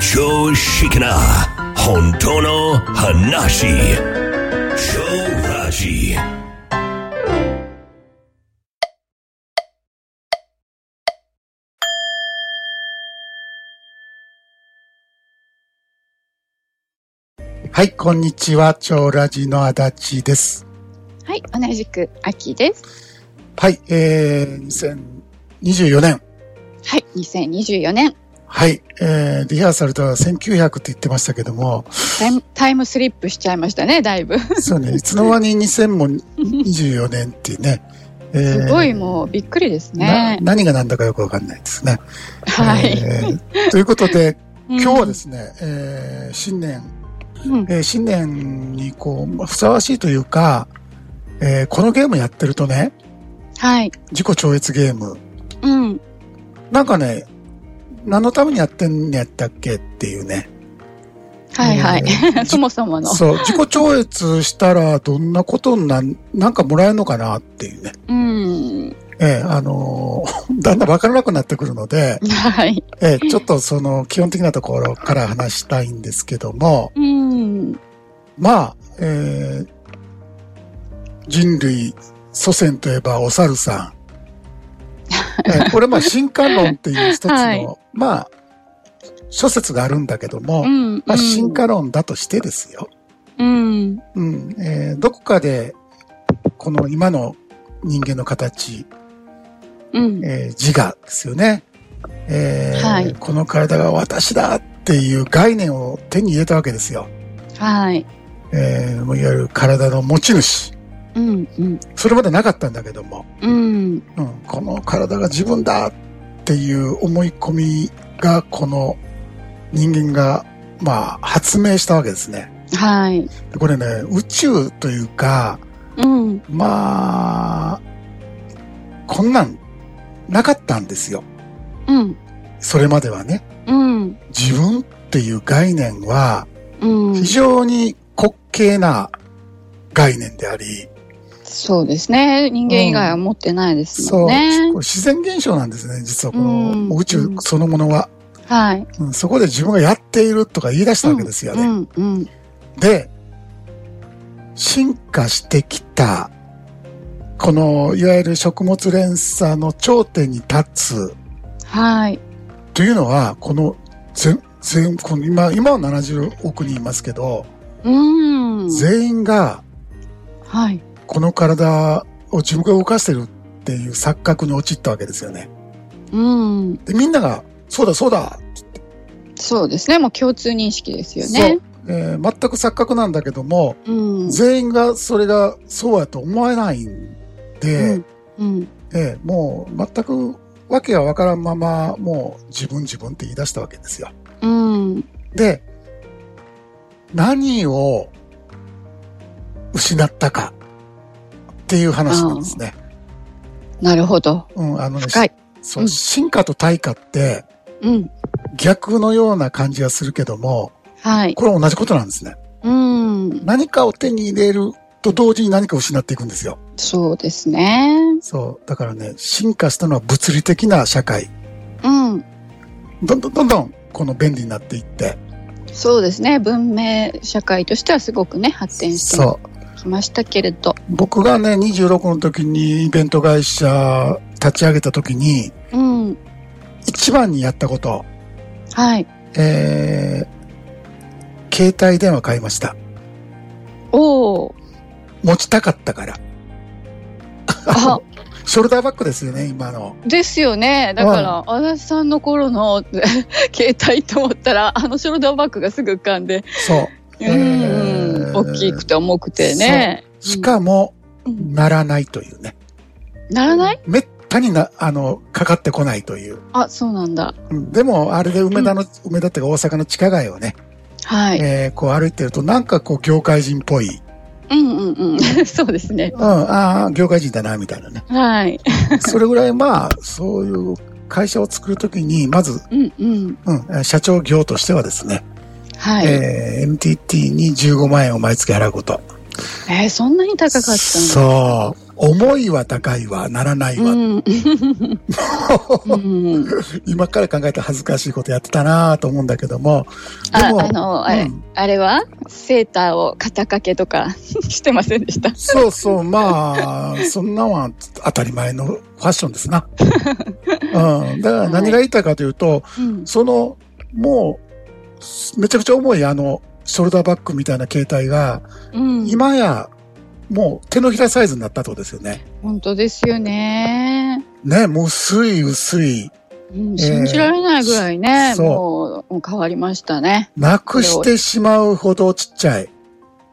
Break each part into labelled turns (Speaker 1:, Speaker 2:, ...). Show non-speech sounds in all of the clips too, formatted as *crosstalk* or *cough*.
Speaker 1: 常識な本当の話超ラジ
Speaker 2: はい、こんにちは。超ラジの足立です。
Speaker 3: はい、同じく秋です。
Speaker 2: はい、えー、2024年。
Speaker 3: はい、2024年
Speaker 2: はい、えー、リハーサルでは1900って言ってましたけど
Speaker 3: *laughs*
Speaker 2: も、
Speaker 3: タイム、タイムスリップしちゃいましたね、だいぶ。す
Speaker 2: そうね、いつの間に2000も24年っていうね。えー
Speaker 3: ごいもうびっくりです
Speaker 2: な
Speaker 3: ね。
Speaker 2: 何が何だかよくわかんないですね。
Speaker 3: はい。。
Speaker 2: えーということで、今日はです
Speaker 3: *laughs*
Speaker 2: すね、えー新年、
Speaker 3: うん
Speaker 2: えー新年にこう、ふさわしいというか、えーこのゲームやってるとね、
Speaker 3: はい。
Speaker 2: 自己超越ゲーム、
Speaker 3: うん。
Speaker 2: なんかね、何のためにやってんやったっけっていうね。
Speaker 3: はいは
Speaker 2: えー
Speaker 3: *laughs* い。そもそもの。
Speaker 2: そう、自己超越したら *laughs* どんなことになん、なんかもらえるのかなっていうね。
Speaker 3: うん。
Speaker 2: ええあのー *laughs* だんだんわからなくなってくるので、
Speaker 3: はい。
Speaker 2: ええちょっとその基本的なところから話したいんですけども、
Speaker 3: うん。
Speaker 2: まあ、えー人類、祖先といえばお猿さん。ええこれ
Speaker 3: *laughs*
Speaker 2: まあ、進化論っていう一つの、
Speaker 3: はい
Speaker 2: まあ、諸説があるんだけども、
Speaker 3: うん。
Speaker 2: まあ、
Speaker 3: うん
Speaker 2: 進。化論だとしてですよ。
Speaker 3: うん。
Speaker 2: うん。えーどこかで、この今の人間の形、
Speaker 3: うん。
Speaker 2: えー自我ですよね。えー
Speaker 3: はい
Speaker 2: この体が私だっていう概念を手に入れたわけですよ。
Speaker 3: はい。
Speaker 2: えーもういわゆる体の持ち主。
Speaker 3: うん。うん。
Speaker 2: それまでなかったんだけども、
Speaker 3: うん。
Speaker 2: うん、この体が自分だっていう思い込みが、この人間が、まあ、発明したわけですね。
Speaker 3: はい。
Speaker 2: でこれね、宇宙というか、
Speaker 3: うん。
Speaker 2: まあ、こんなんなかったんですよ。
Speaker 3: うん。
Speaker 2: それまではね。
Speaker 3: うん。
Speaker 2: 自分っていう概念は
Speaker 3: うん
Speaker 2: 非。常に滑稽な概念であり、
Speaker 3: そうですね。人間以外は持ってないです
Speaker 2: そ
Speaker 3: も
Speaker 2: う、
Speaker 3: んね。
Speaker 2: 自然現象なんですね、実はこの、
Speaker 3: うん
Speaker 2: 宇宙そのものは、
Speaker 3: はい。
Speaker 2: うんそこで自分がやっているとか言い出したわけですよ
Speaker 3: う
Speaker 2: ね。
Speaker 3: ん。うん。
Speaker 2: で、進化してきた、この、いわゆる食物連鎖の頂点に立つ、
Speaker 3: はい。
Speaker 2: というのは、この全、全、この今、今は70億人いますけど、
Speaker 3: うん。
Speaker 2: 全員が
Speaker 3: はい。
Speaker 2: この体を自分が動かしてるっていう錯覚に陥ったわけですよね。
Speaker 3: うん。
Speaker 2: で、みんなが、そうだそうだ、
Speaker 3: そうですね。もう共通認識ですよ
Speaker 2: そう
Speaker 3: ね。
Speaker 2: えー全く錯覚なんだけども、
Speaker 3: うん。
Speaker 2: 全員がそれがそうやと思えないんで、
Speaker 3: うん。
Speaker 2: えーもう全く訳がわからんまま、もう自分自分って言い出したわけですよ。
Speaker 3: うん。
Speaker 2: で、何を失ったかっていう話なんですね。
Speaker 3: なるほど。
Speaker 2: うん、あのね、
Speaker 3: 深い。
Speaker 2: そうう、
Speaker 3: ん
Speaker 2: 進化と対価って
Speaker 3: うん。
Speaker 2: 逆のような感じがするけども、
Speaker 3: はい。
Speaker 2: これは同じことなんですね。
Speaker 3: うん。
Speaker 2: 何かを手に入れると同時に何かを失っていくんですよ。
Speaker 3: そうですね。
Speaker 2: そう、だからね、進化したのは物理的な社会。
Speaker 3: うん。
Speaker 2: どんどんどんどんこの便利になっていって。
Speaker 3: そうですね。文明社会としてはすごくね、発展して
Speaker 2: そう。
Speaker 3: きましたけれど。
Speaker 2: 僕がね、26の時にイベント会社立ち上げた時に、
Speaker 3: うん。
Speaker 2: 一番にやったこと、
Speaker 3: はい。
Speaker 2: えー、携帯電話買いました。
Speaker 3: おお。
Speaker 2: 持ちたかったから。
Speaker 3: *laughs* あ、
Speaker 2: ショルダーバッグですよね、今の。
Speaker 3: ですよね。だから、足立さんの頃の *laughs* 携帯と思ったら、あのショルダーバッグがすぐ浮かんで、
Speaker 2: そう。
Speaker 3: う
Speaker 2: えー
Speaker 3: ん。大きくて重くてね。
Speaker 2: しかも、
Speaker 3: うん
Speaker 2: ならないというね。
Speaker 3: ならない
Speaker 2: めったにな、あの、かかってこないという。
Speaker 3: あ、そうなんだ。
Speaker 2: うんでも、あれで梅田の、梅田っていうか大阪の地下街をね、
Speaker 3: はい。
Speaker 2: えーこう歩いてると、なんかこう、業界人っぽい。
Speaker 3: うんうんうん。 *laughs* そうですね
Speaker 2: う。ん、ああ、業界人だな、みたいな
Speaker 3: *laughs*
Speaker 2: ね。
Speaker 3: はい。
Speaker 2: それぐらい、まあ、そういう会社を作るときに、まず、
Speaker 3: うんうん。
Speaker 2: うん、えー社長業としてはですね、
Speaker 3: はい。え
Speaker 2: えー MTT に15万円を毎月払うこと。
Speaker 3: ーそんなに高かったんだ。
Speaker 2: そう。思いは高いわ、ならないわ。
Speaker 3: うん
Speaker 2: 今から考えたら恥ずかしいことやってたなぁと思うんだけども。で
Speaker 3: あ
Speaker 2: も、
Speaker 3: あのあれ、
Speaker 2: うん
Speaker 3: あれはセーターを肩掛けとか *laughs* してませんでした
Speaker 2: そうそう、まあ、そんなんは当たり前のファッションです
Speaker 3: *laughs*
Speaker 2: な。うん。だから何が言いたいかというと、
Speaker 3: うん
Speaker 2: その、もう、めちゃくちゃ重いあの、ショルダーバッグみたいな携帯が、
Speaker 3: うん
Speaker 2: 今や、もう手のひらサイズになったってことですよね。
Speaker 3: 本当ですよね、
Speaker 2: ね、もう薄い薄い。
Speaker 3: うん、信じられないぐらいね、
Speaker 2: そう
Speaker 3: もうもう変わりましたね
Speaker 2: なくしてしまうほどちっちゃ
Speaker 3: *laughs*
Speaker 2: い。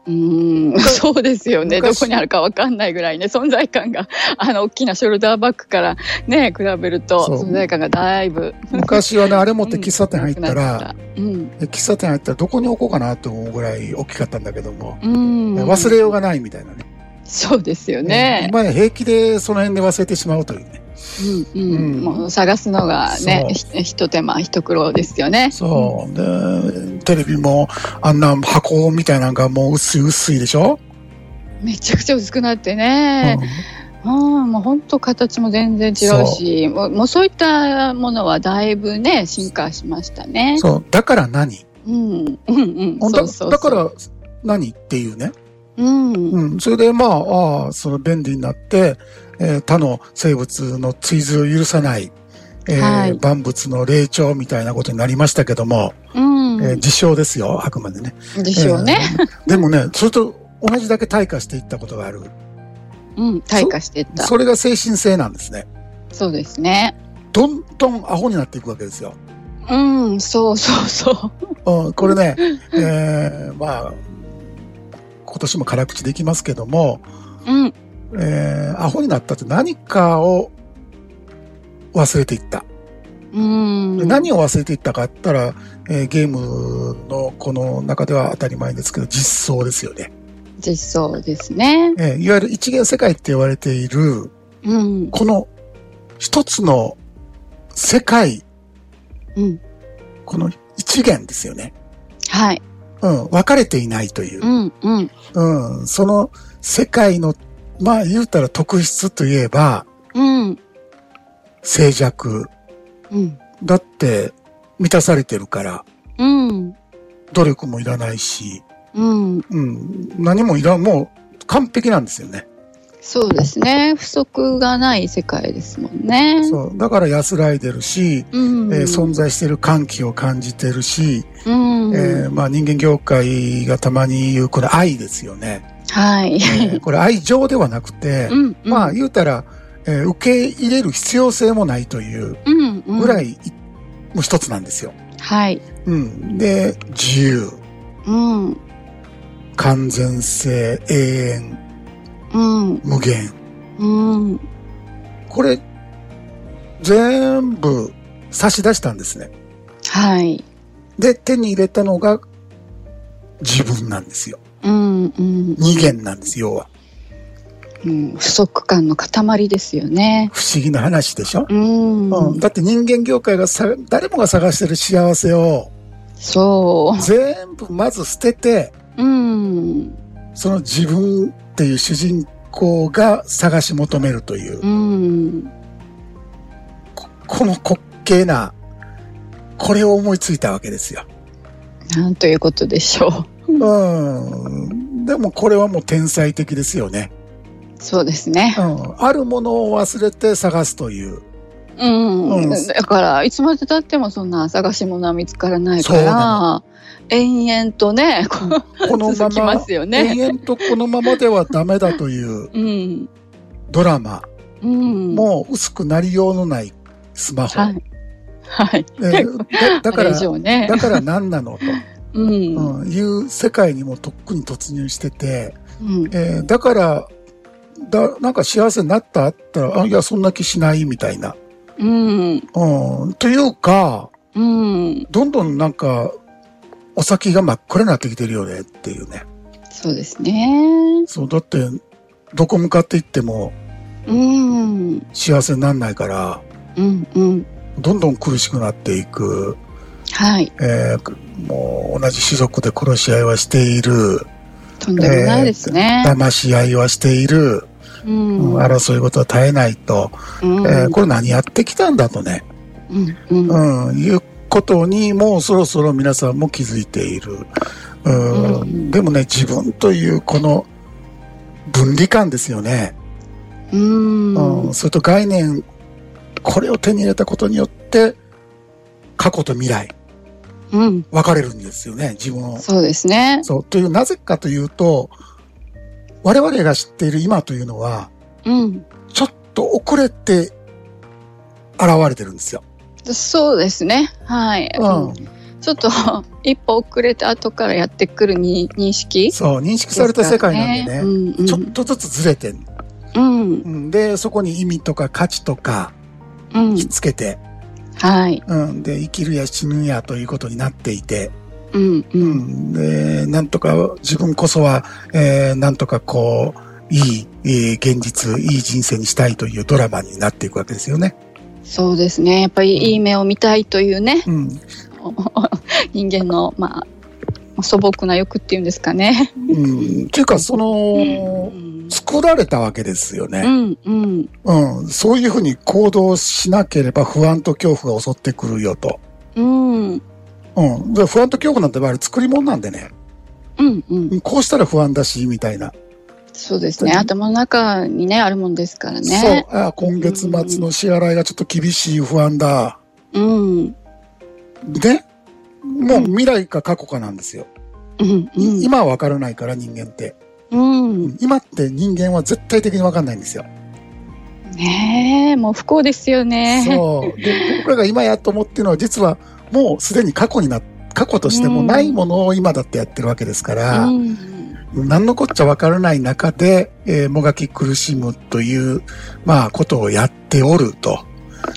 Speaker 3: うん、 *laughs* そうですよね。ど
Speaker 2: 昔
Speaker 3: こにあるかわかんないぐらいね、存在感が、 *laughs* あの、大きなショルダーバッグからね、比べると、
Speaker 2: そう
Speaker 3: 存在感がだいぶ。
Speaker 2: 昔はね、あれ持って喫茶店入ったら、
Speaker 3: なくなった、うん。
Speaker 2: で喫茶店入ったらどこに置こうかなと思うぐらい大きかったんだけども、
Speaker 3: うん。
Speaker 2: 忘れようがないみたいなね。
Speaker 3: そうですよね。
Speaker 2: 今や平気でその辺で忘れてしまうというね。
Speaker 3: うん、うん、
Speaker 2: うん
Speaker 3: もう探すのがね、ひひと手間、ひと苦労ですよね。
Speaker 2: そう。で、テレビもあんな箱みたいなのがもう薄い薄いでしょ、
Speaker 3: めちゃくちゃ薄くなってね。うん、もう本当形も全然違うし、もうもうそういったものはだいぶね、進化しました
Speaker 2: う
Speaker 3: ね
Speaker 2: ん。そう。だから何
Speaker 3: うん、うん、うん。
Speaker 2: だ
Speaker 3: そうそうそう
Speaker 2: だか、ら何っていうね。
Speaker 3: うん。
Speaker 2: うん。それでまあ、ああ、その便利になって、えー他の生物の追随を許さない、えー
Speaker 3: はい
Speaker 2: 万物の霊長みたいなことになりましたけども、
Speaker 3: うん、
Speaker 2: えー自称ですよ、あくまでね。
Speaker 3: でしょうね。
Speaker 2: えー。でもね、それと同じだけ退化していったことがある。
Speaker 3: うん、退化していった。そ
Speaker 2: それが精神性なんですね。
Speaker 3: うですね。
Speaker 2: どんどんアホになっていくわけですよ。
Speaker 3: うん、そうそうそう。
Speaker 2: うん、これね、
Speaker 3: *laughs*
Speaker 2: えー、まあ、今年も辛口できますけども、
Speaker 3: うん、
Speaker 2: えー、アホになったって何かを忘れていった。
Speaker 3: うん。
Speaker 2: 何を忘れていったかって言ったら、えーゲームのこの中では当たり前ですけど、実装ですよね。
Speaker 3: 実装ですね。
Speaker 2: えーいわゆる一元世界って言われている、
Speaker 3: うん、
Speaker 2: この一つの世界、
Speaker 3: うん。
Speaker 2: この一元ですよね。
Speaker 3: はい。
Speaker 2: うん、分かれていないという
Speaker 3: う。ん、うん。
Speaker 2: うん、その世界の、まあ言うたら特質といえば、
Speaker 3: うん、
Speaker 2: 静寂。
Speaker 3: うん。
Speaker 2: だって、満たされてるから、
Speaker 3: うん、
Speaker 2: 努力もいらないし、
Speaker 3: うん。
Speaker 2: うん、何もいらん、もう完璧なんですよね。
Speaker 3: そうですね。不足がない世界ですもんね。
Speaker 2: そう。だから安らいでるし、
Speaker 3: うん。
Speaker 2: えー存在してる歓喜を感じてるし、
Speaker 3: うん。
Speaker 2: えーまあ人間業界がたまに言う、これ愛ですよね。
Speaker 3: はい。
Speaker 2: えーこれ愛情ではなくて、
Speaker 3: うん、
Speaker 2: まあ言うたら、えー受け入れる必要性もないという
Speaker 3: うん、うん。
Speaker 2: ぐら
Speaker 3: い。
Speaker 2: い、もう一つなんですよ。
Speaker 3: はい。
Speaker 2: うん。で、自由、
Speaker 3: うん、
Speaker 2: 完全性、永遠、
Speaker 3: うん、
Speaker 2: 無限。
Speaker 3: うん。
Speaker 2: これ、全部差し出したんですね。
Speaker 3: はい。
Speaker 2: で、手に入れたのが自分なんですよ。
Speaker 3: うん、うん。
Speaker 2: 二元なんです、要は。
Speaker 3: うん、不足感の塊ですよね。
Speaker 2: 不思議な話でしょ、
Speaker 3: うん、
Speaker 2: うん、だって人間業界がさ誰もが探してる幸せを
Speaker 3: そ
Speaker 2: 全部まず捨てて、
Speaker 3: う。うん。
Speaker 2: その自分っていう主人公が探し求めるという
Speaker 3: う、ん。
Speaker 2: ここの滑稽な、これを思いついたわけですよ。
Speaker 3: なんということでしょう。
Speaker 2: うん。でもこれはもう天才的ですよね。
Speaker 3: そうですね
Speaker 2: う。ん。あるものを忘れて探すという。
Speaker 3: うん。
Speaker 2: うん
Speaker 3: だから、いつまで経ってもそんな探し物は見つからないか
Speaker 2: そう
Speaker 3: ら
Speaker 2: な、
Speaker 3: 延々とね、こ
Speaker 2: この
Speaker 3: う、
Speaker 2: ま
Speaker 3: *laughs* 続き
Speaker 2: ま、
Speaker 3: ますよね。
Speaker 2: 延々とこのままではダメだという
Speaker 3: うん。
Speaker 2: ドラマ。
Speaker 3: うん。
Speaker 2: もう薄くなりようのないスマホ。
Speaker 3: はい。はい。
Speaker 2: えー
Speaker 3: *laughs*
Speaker 2: だだか
Speaker 3: あれ
Speaker 2: ら
Speaker 3: 以、上ね。
Speaker 2: だから何なのと、
Speaker 3: うん。うん。
Speaker 2: うん、いう世界にもとっくに突入してて、えーだから、だ、なんか幸せになったあったら、あ、いや、そんな気しないみたいな。
Speaker 3: うん。
Speaker 2: うん。というか、
Speaker 3: うん。
Speaker 2: どんどんなんか、お先が真っ暗になってきてるよねっていうね。
Speaker 3: そうですね。
Speaker 2: そう、だって、どこ向かって行っても
Speaker 3: うん。
Speaker 2: 幸せになんないから、
Speaker 3: うん。うん。
Speaker 2: どんどん苦しくなっていく。
Speaker 3: はい。
Speaker 2: えーもう同じ種族で殺し合いはしている。
Speaker 3: とんでもないですね。
Speaker 2: 騙し合いはしている。
Speaker 3: うん
Speaker 2: 争い事は絶えないと、
Speaker 3: うん
Speaker 2: えーこれ何やってきたんだとね、
Speaker 3: うんうん
Speaker 2: うん、いうことにもうそろそろ皆さんも気づいている。うん
Speaker 3: う
Speaker 2: でもね、自分というこの分離感ですよね、
Speaker 3: うん
Speaker 2: うんそれと概念、これを手に入れたことによって、過去と未来、
Speaker 3: うん
Speaker 2: 分かれるんですよね、自分を。
Speaker 3: そうですね。
Speaker 2: そう。という、なぜかというと、我々が知っている今というのは、
Speaker 3: うん。
Speaker 2: ちょっと遅れて現れてるんですよ。
Speaker 3: そうですね。はい。
Speaker 2: うん。
Speaker 3: ちょっと一歩遅れた後からやってくるに認識
Speaker 2: そう、認識された世界なんでね、
Speaker 3: ね。うんうん、
Speaker 2: ちょっとずつずれてる。
Speaker 3: うん
Speaker 2: うんで、そこに意味とか価値とか
Speaker 3: うん
Speaker 2: ひっつけて、
Speaker 3: はい。
Speaker 2: うん、で、生きるや死ぬやということになっていて、
Speaker 3: うん
Speaker 2: う
Speaker 3: う
Speaker 2: んん、で、なんとか自分こそは、えーなんとかこう、いい、えー現実、いい人生にしたいというドラマになっていくわけですよね。
Speaker 3: そうですね。やっぱりいい目を見たいというね、 *laughs*
Speaker 2: うん。
Speaker 3: 人間のまあ素朴な欲っていうんですかね。
Speaker 2: うんっていうか、その
Speaker 3: う、ん
Speaker 2: 作られたわけですよ
Speaker 3: う
Speaker 2: ね。
Speaker 3: んうん
Speaker 2: うん。そういうふうに行動しなければ不安と恐怖が襲ってくるよと。
Speaker 3: うん
Speaker 2: うん。で不安と恐怖なんて場合、作り物なんでね。
Speaker 3: うんうん。
Speaker 2: こうしたら不安だし、みたいな。
Speaker 3: そうですね。頭の中にねあるもんですからね。
Speaker 2: そう。あ今月末の支払いがちょっと厳しい不安だ。
Speaker 3: うんうん
Speaker 2: で、もう未来か過去かなんですよ。
Speaker 3: うん
Speaker 2: 今はわからないから、人間って。
Speaker 3: うん。
Speaker 2: 今って人間は絶対的にわかんないんですよ。
Speaker 3: ねえもう不幸ですよね。
Speaker 2: そう。で、僕らが今やと思ってるのは、実はもうすでに過去になっ過去としてもないものを今だってやってるわけですから、
Speaker 3: うん
Speaker 2: 何のこっちゃわからない中で、えーもがき苦しむという、まあ、ことをやっておると。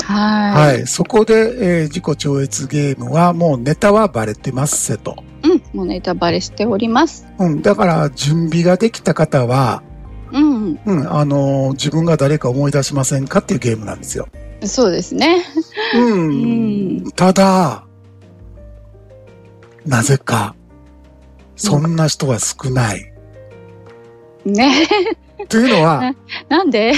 Speaker 2: は。
Speaker 3: はい
Speaker 2: そこで、えー自己超越ゲームは、もうネタはバレてますせと。
Speaker 3: い。うん。もうネタバレしております。
Speaker 2: うん。だから、準備ができた方は、
Speaker 3: うん。
Speaker 2: うん、あのー自分が誰か思い出しませんかっていうゲームなんですよ。
Speaker 3: そうですね。
Speaker 2: う。
Speaker 3: うんん。
Speaker 2: ただ、なぜか、そんな人は少ない。
Speaker 3: ね
Speaker 2: というの
Speaker 3: *laughs*
Speaker 2: は、
Speaker 3: なんで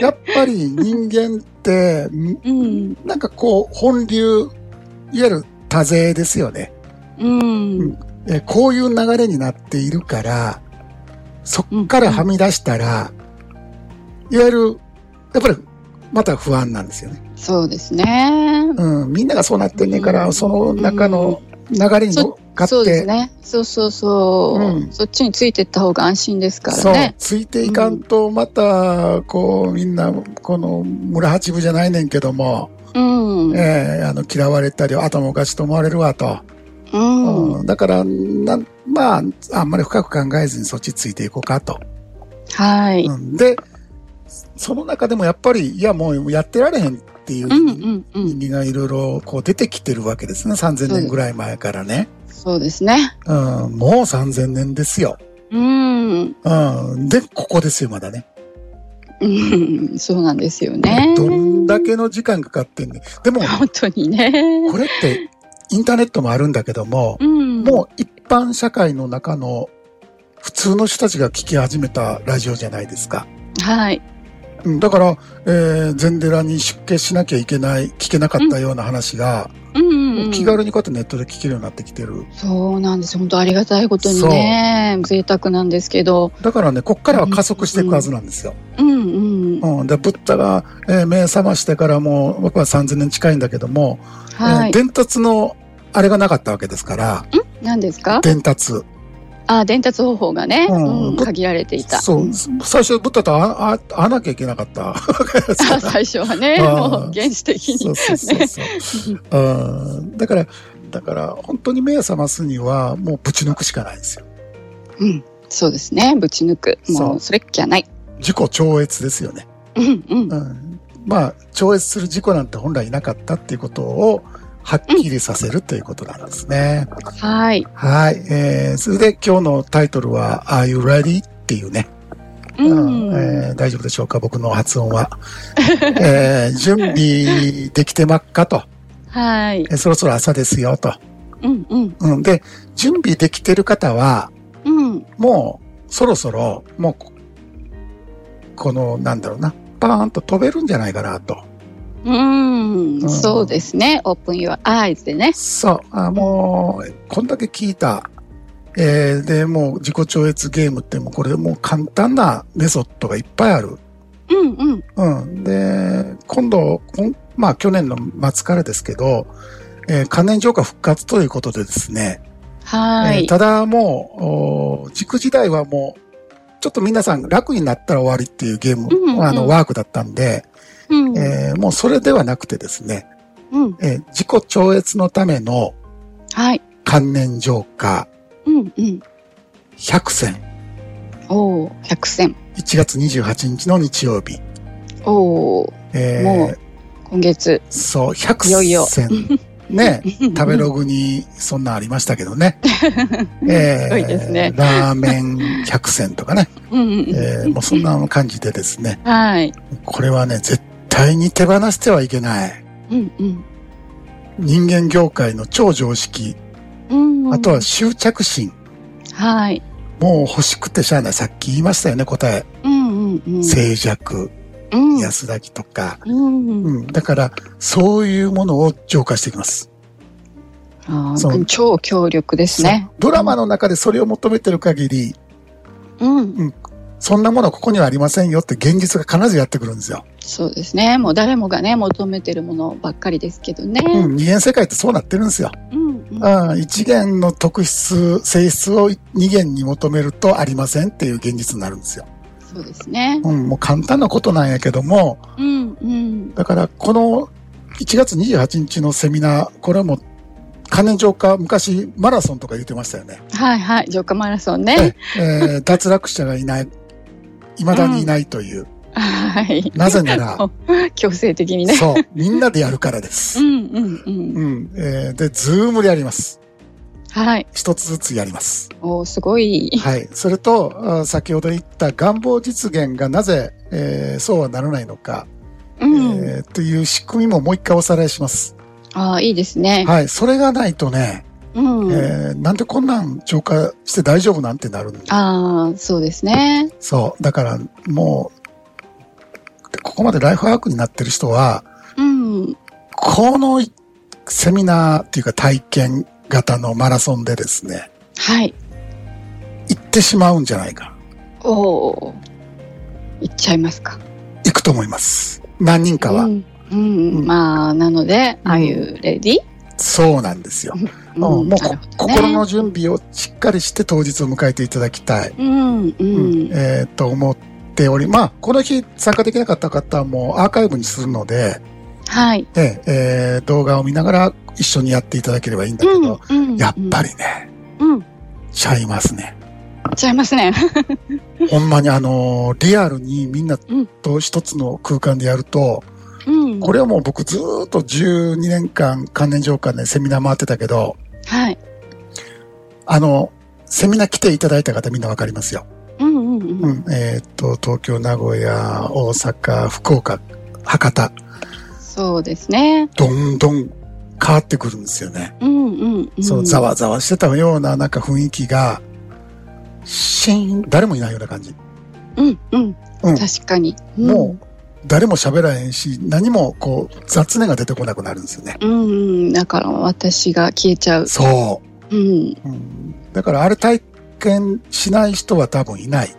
Speaker 2: やっぱり人間って、ん
Speaker 3: うん。
Speaker 2: なんかこう、本流、いわゆる多勢ですよね。
Speaker 3: うん。
Speaker 2: えこういう流れになっているから、そっからはみ出したら、いわゆる、やっぱり、また不安なんですよね。
Speaker 3: そうですね。
Speaker 2: うん、みんながそうなってんねんから、
Speaker 3: うん
Speaker 2: その中の流れに乗っかって、
Speaker 3: そうですね。そうそうそう。
Speaker 2: うん
Speaker 3: そっちについてった方が安心ですから
Speaker 2: そう
Speaker 3: ね。
Speaker 2: ついていかんとまたこうみんなこの村八分じゃないねんけども、
Speaker 3: うん。うん。
Speaker 2: えーあの嫌われたり頭おかしいと思われるわと、
Speaker 3: は
Speaker 2: うんだからなんまああんまり深く考えずにそっちついていこうかと、
Speaker 3: い。
Speaker 2: うんでその中でもやっぱりいやもうやってられへんっていう
Speaker 3: うんうんうん。
Speaker 2: 人間がいろいろこう出てきてるわけですね3000年ぐらい前からね、
Speaker 3: そうですね。
Speaker 2: うん、もう3000年ですよ、
Speaker 3: うん。
Speaker 2: うん、でここですよまだね
Speaker 3: うんそうなんですよね。
Speaker 2: どんだけの時間かかってんねんでも、
Speaker 3: 本当にね。
Speaker 2: これって、インターネットもあるんだけども、
Speaker 3: うん。
Speaker 2: もう一般社会の中の普通の人たちが聞き始めたラジオじゃないですか。
Speaker 3: はい。
Speaker 2: うんだから、えー、禅寺に出家しなきゃいけない、聞けなかったような話が、
Speaker 3: うんうんうん。
Speaker 2: 気軽にこうやってネットで聞けるようになってきてる。
Speaker 3: そうなんです。本当ありがたいことにね、贅沢なんですけど。
Speaker 2: だからね、こっからは加速していくはずなんですよ。
Speaker 3: うんうん。
Speaker 2: うん。で、ブッダが、えー目覚ましてからもう、僕は3000年近いんだけども、
Speaker 3: は
Speaker 2: えー
Speaker 3: い。
Speaker 2: 伝達の、あれがなかったわけですから、
Speaker 3: 何ですか
Speaker 2: 伝達。
Speaker 3: あ、伝達方法がね、
Speaker 2: うん
Speaker 3: うん限られていた。。
Speaker 2: そううん最初、ブッダとああ会わなきゃいけなかった。
Speaker 3: *laughs* あ *laughs* 最初はね、
Speaker 2: あー
Speaker 3: もう原始的
Speaker 2: そ
Speaker 3: に
Speaker 2: う。そうそうそう、うん。だから、だから、本当に目を覚ますには、もうぶち抜くしかないんですよ。
Speaker 3: うん。そうですね。ぶち抜く。
Speaker 2: そ
Speaker 3: も
Speaker 2: う
Speaker 3: う、それっきゃない。
Speaker 2: 自己超越ですよね。
Speaker 3: うんうん
Speaker 2: う。ん。まあ、超越する自己なんて本来いなかったっていうことを、はっきりさせるということなんですね。
Speaker 3: はい。
Speaker 2: はい。えー、それで今日のタイトルは、Are you ready? っていうね。
Speaker 3: うん。
Speaker 2: えー大丈夫でしょうか僕の発音は。えー準備できてまっかと。
Speaker 3: はい。
Speaker 2: えそろそろ朝ですよと。
Speaker 3: うんうん。
Speaker 2: うん、で、準備できてる方は、
Speaker 3: うん。
Speaker 2: もうそろそろ、もうこ、この、なんだろうな、パーンと飛べるんじゃないかなと。
Speaker 3: うん、
Speaker 2: うん
Speaker 3: そうですね。オープン your eyes でね。
Speaker 2: そう、あもう、こんだけ聞いた。えーで、もう自己超越ゲームってもうこれもう簡単なメソッドがいっぱいある。
Speaker 3: うんうん。
Speaker 2: うん。で、今度、こんまあ去年の末からですけど、えー関連浄化復活ということでですね、
Speaker 3: は
Speaker 2: え
Speaker 3: い
Speaker 2: ー。ただもう、お軸時代はもう、ちょっと皆さん楽になったら終わりっていうゲーム、
Speaker 3: うんうん
Speaker 2: あのワークだったんで、
Speaker 3: うん
Speaker 2: えーもうそれではなくてですね、
Speaker 3: うん。
Speaker 2: えー自己超越のための
Speaker 3: はい。
Speaker 2: 関連浄化
Speaker 3: うんうん。
Speaker 2: 100選、
Speaker 3: おお、百選。
Speaker 2: 1月28日の日曜日、
Speaker 3: おお、
Speaker 2: えー
Speaker 3: もう今月。
Speaker 2: そう、100
Speaker 3: いよいよ
Speaker 2: 選。ね、食
Speaker 3: 食
Speaker 2: べログにそんなんありましたけど
Speaker 3: *laughs*
Speaker 2: ね。え
Speaker 3: ごいですね
Speaker 2: ラーメン100選とかね、
Speaker 3: うんうんうん。
Speaker 2: えーもうそんな感じでですね、
Speaker 3: はい。
Speaker 2: これはね、絶対に手放してはいけない。
Speaker 3: うんうん
Speaker 2: 人間業界の超常識、
Speaker 3: うんうん。
Speaker 2: あとは執着心。
Speaker 3: はい。
Speaker 2: もう欲しくてしゃあない。さっき言いましたよね、答え。
Speaker 3: うんうんうん。
Speaker 2: 静寂、
Speaker 3: うん
Speaker 2: 安らぎとか。
Speaker 3: うんうん。
Speaker 2: うん。だから、そういうものを浄化していきます。
Speaker 3: あ
Speaker 2: そ
Speaker 3: ー
Speaker 2: う
Speaker 3: 超強力ですね。
Speaker 2: そうドラマの中でそれを求めてる限り、
Speaker 3: うん。
Speaker 2: そんなものここにはありませんよって現実が必ずやってくるんですよ。
Speaker 3: そうですね。もう誰もがね、求めてるものばっかりですけどね。
Speaker 2: うん。二元世界ってそうなってるんですよ。
Speaker 3: うんうん。
Speaker 2: うん。一元の特質、性質を二元に求めるとありませんっていう現実になるんですよ。
Speaker 3: そうですね。
Speaker 2: うん、もう簡単なことなんやけども、
Speaker 3: うんうん。
Speaker 2: だからこの1月28日のセミナー、これはもう、関連浄化、昔マラソンとか言ってましたよね。
Speaker 3: はいはい。浄化マラソン
Speaker 2: え
Speaker 3: ね。 *laughs*
Speaker 2: ー脱落者がいない、未だにいないという、
Speaker 3: はい。
Speaker 2: なぜな
Speaker 3: *laughs*
Speaker 2: ら、
Speaker 3: 強制的にね。
Speaker 2: そう、みんなでやるからで
Speaker 3: う
Speaker 2: す。
Speaker 3: んうんうん。
Speaker 2: うん、えーで、ズームでやります。
Speaker 3: はい。
Speaker 2: 一つずつやります。
Speaker 3: おーすごい。
Speaker 2: はい。それと、あ先ほど言った願望実現がなぜ、えーそうはならないのか、
Speaker 3: うん。
Speaker 2: えーという仕組みももう一回おさらいします。
Speaker 3: ああ、いいですね。
Speaker 2: はい、それがないとね、
Speaker 3: うん。
Speaker 2: えーなんでこんなん浄化して大丈夫なんてなるんだ。
Speaker 3: ああ、そうですね。
Speaker 2: そう。だから、もう、ここまでライフワークになってる人は、
Speaker 3: うん。
Speaker 2: このいセミナーっていうか体験型のマラソンでですね、
Speaker 3: はい。
Speaker 2: 行ってしまうんじゃないか。
Speaker 3: おお。いっちゃいますか。
Speaker 2: 行くと思います。何人かは。
Speaker 3: うん。うん
Speaker 2: うん
Speaker 3: まあ、なので、ああいうレディ
Speaker 2: そうなんですよ。うん
Speaker 3: う
Speaker 2: もうこ
Speaker 3: なるほどね
Speaker 2: 心の準備をしっかりして当日を迎えていただきたい。
Speaker 3: うん、うん。
Speaker 2: えーと思っており、まあ、この日参加できなかった方もアーカイブにするので、
Speaker 3: はい。
Speaker 2: ねえー動画を見ながら一緒にやっていただければいいんだけど、
Speaker 3: うんうん
Speaker 2: やっぱりね、
Speaker 3: うん。い
Speaker 2: ちゃいますね。
Speaker 3: っちゃいますね。
Speaker 2: ほんまにあのーリアルにみんな
Speaker 3: うん
Speaker 2: と一つの空間でやると、
Speaker 3: うん。
Speaker 2: これはもう僕ずーっと12年間関連上官でセミナー回ってたけど、
Speaker 3: はい。
Speaker 2: あの、セミナー来ていただいた方みんなわかりますよ。
Speaker 3: うんうん
Speaker 2: う
Speaker 3: うん。
Speaker 2: ん。えーっと、東京、名古屋、大阪、福岡、博多、
Speaker 3: そうですね。
Speaker 2: どんどん変わってくるんですよね。
Speaker 3: うんうんうん。
Speaker 2: そのざわざわしてたようななんか雰囲気が、シーン、誰もいないような感じ。
Speaker 3: うんうん。
Speaker 2: うん
Speaker 3: 確かに。うん
Speaker 2: もう、誰も喋らへんし、何もこう、雑念が出てこなくなるんですよね。
Speaker 3: うんうん。だから私が消えちゃう。
Speaker 2: そ
Speaker 3: うん。
Speaker 2: う。うん、だからあれ体験しない人は多分いない。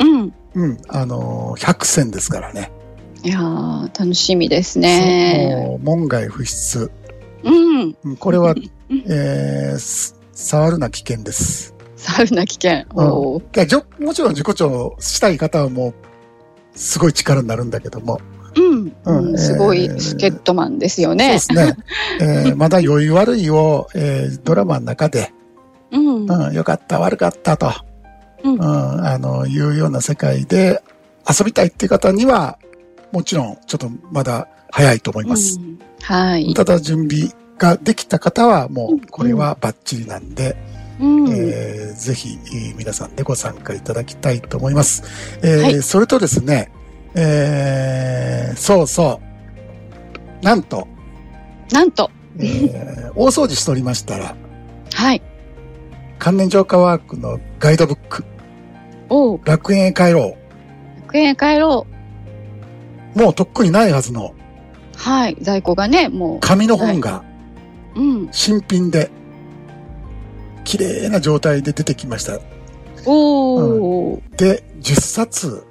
Speaker 3: うん。
Speaker 2: うん。あのー、100選ですからね。
Speaker 3: いやー、楽しみですね。
Speaker 2: そうもう門外不出。
Speaker 3: うん。
Speaker 2: うんこれ
Speaker 3: *laughs*
Speaker 2: は、えーす、触るな危険です。
Speaker 3: サウナ危険。
Speaker 2: うん
Speaker 3: おお。
Speaker 2: だからじょもちろん自己調したい方はもう、すごい力になるんだけども、
Speaker 3: うん。
Speaker 2: うん
Speaker 3: うんすご
Speaker 2: えー
Speaker 3: い、スケットマンですよ
Speaker 2: そう
Speaker 3: ね
Speaker 2: で。すね。
Speaker 3: *laughs*
Speaker 2: えーまだ良い悪いを、えードラマの中で、
Speaker 3: うん。
Speaker 2: うん、良かった悪かったと、
Speaker 3: うん
Speaker 2: うん、あの、いうような世界で遊びたいっていう方には、もちろん、ちょっとまだ早いと思います。
Speaker 3: うんはい。
Speaker 2: ただ、準備ができた方は、も
Speaker 3: うん
Speaker 2: う、これはバッチリなんで、
Speaker 3: うん。
Speaker 2: えーぜひ、えー皆さんでご参加いただきたいと思います。えー
Speaker 3: はい
Speaker 2: それとですね、えーそうそう。なんと、
Speaker 3: なんと。
Speaker 2: えー大掃除しておりましたら、
Speaker 3: はい。
Speaker 2: 関連浄化ワークのガイドブック、
Speaker 3: おお。
Speaker 2: 楽園へ帰ろう。
Speaker 3: 100円帰ろう。
Speaker 2: もうとっくにないはずの
Speaker 3: はい。在庫がね、も
Speaker 2: 紙の本が
Speaker 3: う。うん。
Speaker 2: 新品で、綺麗な状態で出てきました。
Speaker 3: おー。
Speaker 2: で、10冊、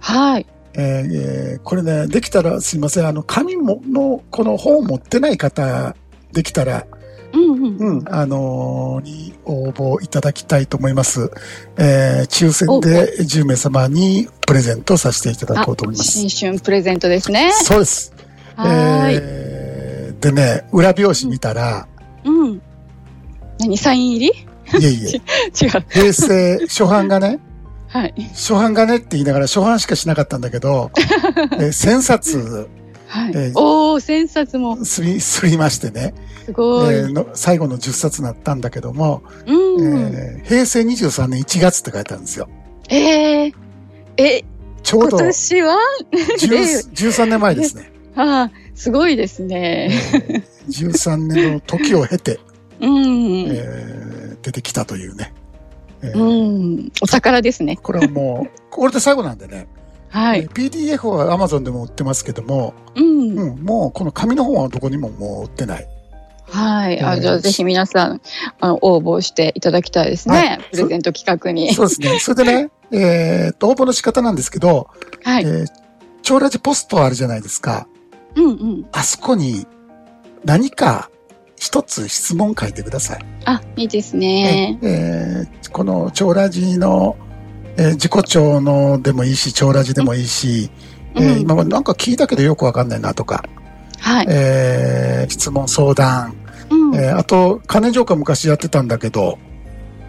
Speaker 3: はい。
Speaker 2: えーえーこれね、できたらすいません、あの、紙もの、この本を持ってない方、できたら、
Speaker 3: うんうん。
Speaker 2: うん、あのーに応募いただきたいと思います。えー抽選で10名様にプレゼントさせていただこうと思います。
Speaker 3: 新春プレゼントですね。
Speaker 2: そうです。
Speaker 3: はーい。
Speaker 2: えーでね、裏表紙見たら、
Speaker 3: うん。何サイン入り *laughs*
Speaker 2: いえいえ、
Speaker 3: 違う。
Speaker 2: 平成、初版がね、
Speaker 3: はい。
Speaker 2: 初版がねって言いながら初版しかしなかったんだけ
Speaker 3: *laughs*
Speaker 2: ど、えー1000冊
Speaker 3: はい。
Speaker 2: えー
Speaker 3: おー、千冊も
Speaker 2: すり、すりましてね、
Speaker 3: すごい。
Speaker 2: えーの最後の10冊になったんだけども、
Speaker 3: うん。
Speaker 2: えー平成23年1月って書いてあるんですよ。
Speaker 3: えー、え、
Speaker 2: ちょう
Speaker 3: 今
Speaker 2: ど10
Speaker 3: 年は
Speaker 2: 13年前です
Speaker 3: *laughs*
Speaker 2: ね。
Speaker 3: ああ、すごいですね。
Speaker 2: 13年の時を経て、
Speaker 3: うん。
Speaker 2: えー出てきたというね。えー
Speaker 3: うん。お宝ですね。
Speaker 2: これはもう、これで最後なんでね、
Speaker 3: は
Speaker 2: え
Speaker 3: い。
Speaker 2: ー PDF は Amazon でも売ってますけども、
Speaker 3: うん。
Speaker 2: うん、もうこの紙の本はどこにももう売ってない。
Speaker 3: はい。
Speaker 2: え
Speaker 3: あ
Speaker 2: ー
Speaker 3: じゃあ、ぜひ皆さん、あの、応募していただきたいですね。
Speaker 2: はい
Speaker 3: プレゼント企画
Speaker 2: *laughs*
Speaker 3: に。
Speaker 2: そうですね。それでね、えーっと、応募の仕方なんですけど、
Speaker 3: はい。
Speaker 2: えー、超ラジポストあるじゃないですか。
Speaker 3: うんうん。
Speaker 2: あそこに何か一つ質問書いてください。
Speaker 3: あ、いいですね。
Speaker 2: えーこの超ラジの、えー自己調のでもいいし、超ラジでもいいし、
Speaker 3: うん
Speaker 2: えー今までなんか聞いたけどよくわかんないなとか、
Speaker 3: はい。
Speaker 2: えー質問相談、
Speaker 3: うん。
Speaker 2: えーあと、金城下昔やってたんだけど、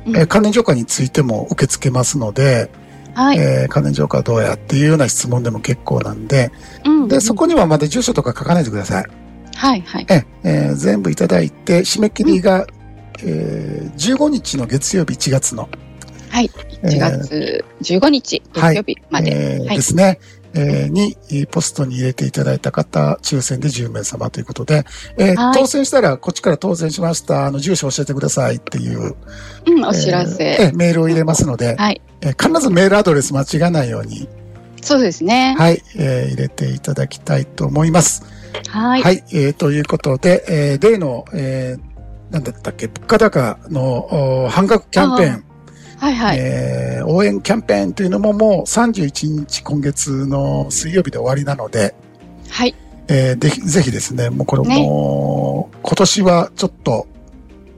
Speaker 3: うん
Speaker 2: えー金城下についても受け付けますので、
Speaker 3: はい。
Speaker 2: えー金城下どうやっていうような質問でも結構なんで、
Speaker 3: うんうん。
Speaker 2: で、そこにはまだ住所とか書かないでください。
Speaker 3: はいはい。
Speaker 2: えええー全部いただいて、締め切りが、えー15日の月曜日1月の、
Speaker 3: はい。
Speaker 2: えー
Speaker 3: 1月15日、
Speaker 2: はい
Speaker 3: 月曜日まで。
Speaker 2: えー
Speaker 3: はい
Speaker 2: ですね、えーにえーポストに入れていただいた方、抽選で10名様ということで、えー
Speaker 3: はい
Speaker 2: 当選したら、こっちから当選しました、あの、住所教えてくださいっていう、
Speaker 3: うん、お知ら
Speaker 2: えーえ
Speaker 3: せ。
Speaker 2: ーメールを入れますので、
Speaker 3: はい。
Speaker 2: えー必ずメールアドレス間違えないように、
Speaker 3: そうですね。
Speaker 2: はい、えー入れていただきたいと思います。
Speaker 3: は
Speaker 2: はい、
Speaker 3: い。
Speaker 2: えーということで、えー、例の、えー、なんだったっけ、物価高のおー半額キャンペーン、
Speaker 3: はいはい。
Speaker 2: えー応援キャンペーンというのももう31日今月の水曜日で終わりなので、
Speaker 3: はい。
Speaker 2: えーでひぜひですね、もうこれ
Speaker 3: ね
Speaker 2: もう、今年はちょっと、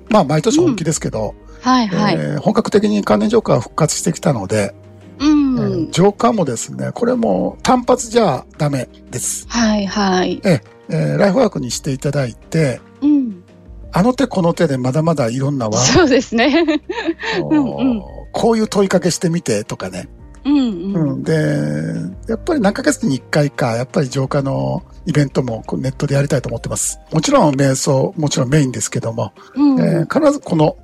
Speaker 2: まあ毎年本気ですけど、
Speaker 3: はいはい。
Speaker 2: えー本格的に関連ジョーカー復活してきたので、
Speaker 3: うん
Speaker 2: え。ージョーカーもですね、これも単発じゃダメです。
Speaker 3: はいはい。
Speaker 2: えーライフワークにしていただいて、
Speaker 3: うん。
Speaker 2: あの手この手でまだまだいろんなワー
Speaker 3: そうですね。 *laughs*
Speaker 2: クを、
Speaker 3: うんうん
Speaker 2: こういう問いかけしてみてとかね。
Speaker 3: うんう。
Speaker 2: うんん、で、やっぱり何ヶ月に1回か、やっぱり浄化のイベントもこうネットでやりたいと思ってます。もちろん瞑想、もちろんメインですけども、
Speaker 3: うん。
Speaker 2: えー必ずこの、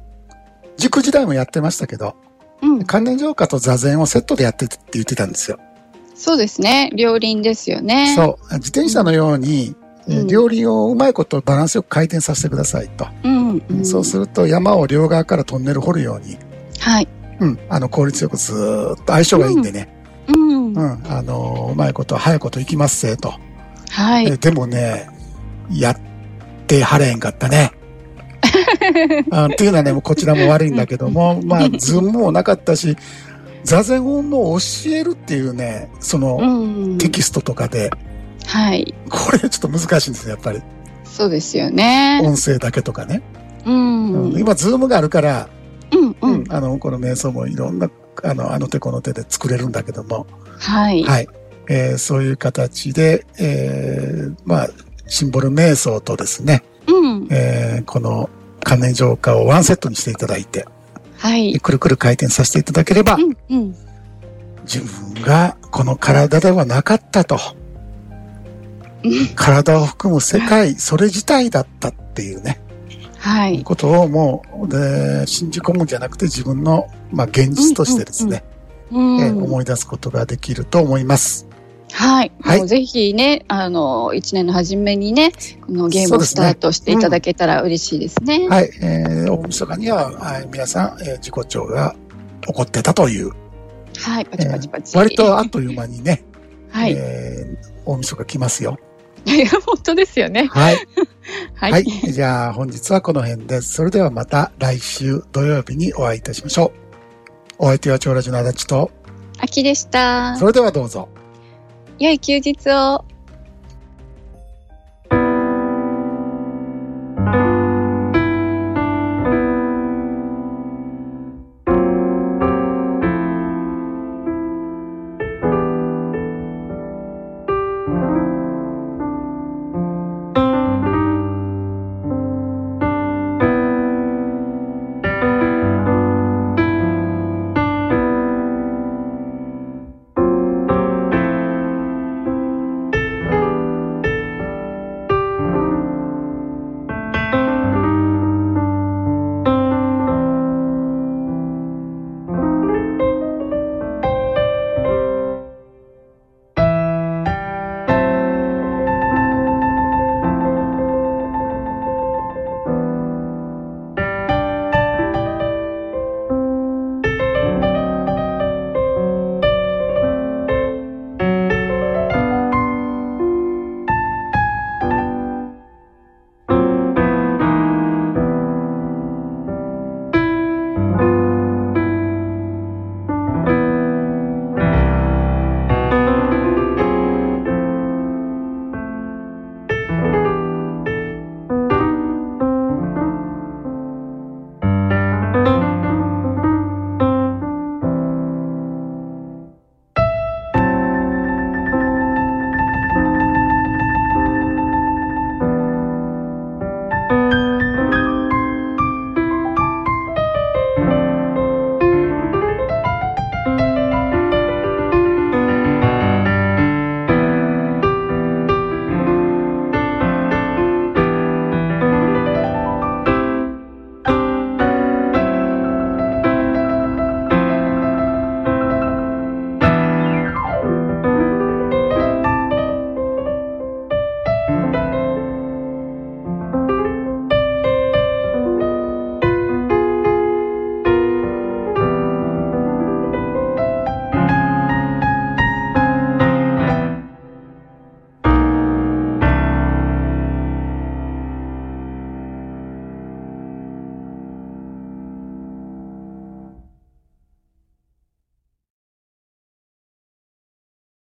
Speaker 2: 塾時代もやってましたけど、
Speaker 3: うん。
Speaker 2: 関連浄化と座禅をセットでやってって言ってたんですよ。
Speaker 3: そうですね。両輪ですよね。う。
Speaker 2: そう。自転車のように、えー
Speaker 3: うん
Speaker 2: 両輪をうまいことバランスよく回転させてくださいと。
Speaker 3: うんうん。
Speaker 2: そうすると山を両側からトンネル掘るように、
Speaker 3: はい。
Speaker 2: うん、あの効率よくずーっと相性がいいんでね、
Speaker 3: う
Speaker 2: う。
Speaker 3: ん
Speaker 2: ん、あのーうまいこと早いこと行きますせと。
Speaker 3: は
Speaker 2: え
Speaker 3: い。
Speaker 2: でもね、やってはれへんかった
Speaker 3: *laughs*
Speaker 2: ね。あっていうのはね、もうこちらも悪いんだけど
Speaker 3: *laughs*
Speaker 2: も、まあ、ズームもなかったし、座禅をもう教えるっていうね、その
Speaker 3: うん。
Speaker 2: テキストとかで、
Speaker 3: はい。
Speaker 2: これちょっと難しいんですよ、やっぱり。
Speaker 3: そうですよね。
Speaker 2: 音声だけとかね。
Speaker 3: うん。う
Speaker 2: うん
Speaker 3: ん
Speaker 2: 今、ズームがあるから、
Speaker 3: う
Speaker 2: うん
Speaker 3: ん。
Speaker 2: あの、この瞑想もいろんな、あの、あの手この手で作れるんだけども、
Speaker 3: はい。
Speaker 2: はい。えーそういう形で、えーまあ、シンボル瞑想とですね、
Speaker 3: うん。
Speaker 2: えーこの関連浄化をワンセットにしていただいて、
Speaker 3: はい。
Speaker 2: くるくる回転させていただければ
Speaker 3: う、んうん。
Speaker 2: 自分がこの体ではなかったと。体を含む世界、それ自体だったっていうね、
Speaker 3: はい。
Speaker 2: ことをもう、で、信じ込むんじゃなくて自分の、まあ、現実としてですね、
Speaker 3: う
Speaker 2: え
Speaker 3: ん
Speaker 2: ー。思い出すことができると思います。
Speaker 3: はい。
Speaker 2: はい
Speaker 3: もうぜひね、あの、一年の初めにね、このゲーム
Speaker 2: そう
Speaker 3: を
Speaker 2: で
Speaker 3: ス
Speaker 2: すね
Speaker 3: タートしていただけたら嬉しいですね。
Speaker 2: はい。えー、大晦日には、はい皆さん、えー自己調が起こってたという
Speaker 3: はい、パチパチパチ。
Speaker 2: 割とあっという間にね、
Speaker 3: はい。
Speaker 2: えー大晦日来ますよ。
Speaker 3: いや *laughs* 本当ですよね。
Speaker 2: はい。
Speaker 3: はい。
Speaker 2: はい。 *laughs* じゃあ本日はこの辺です。それではまた来週土曜日にお会いいたしましょう。お相手は長ラジの足立と、
Speaker 3: 秋でした
Speaker 2: そ。れではどうぞ。
Speaker 3: 良い休日を。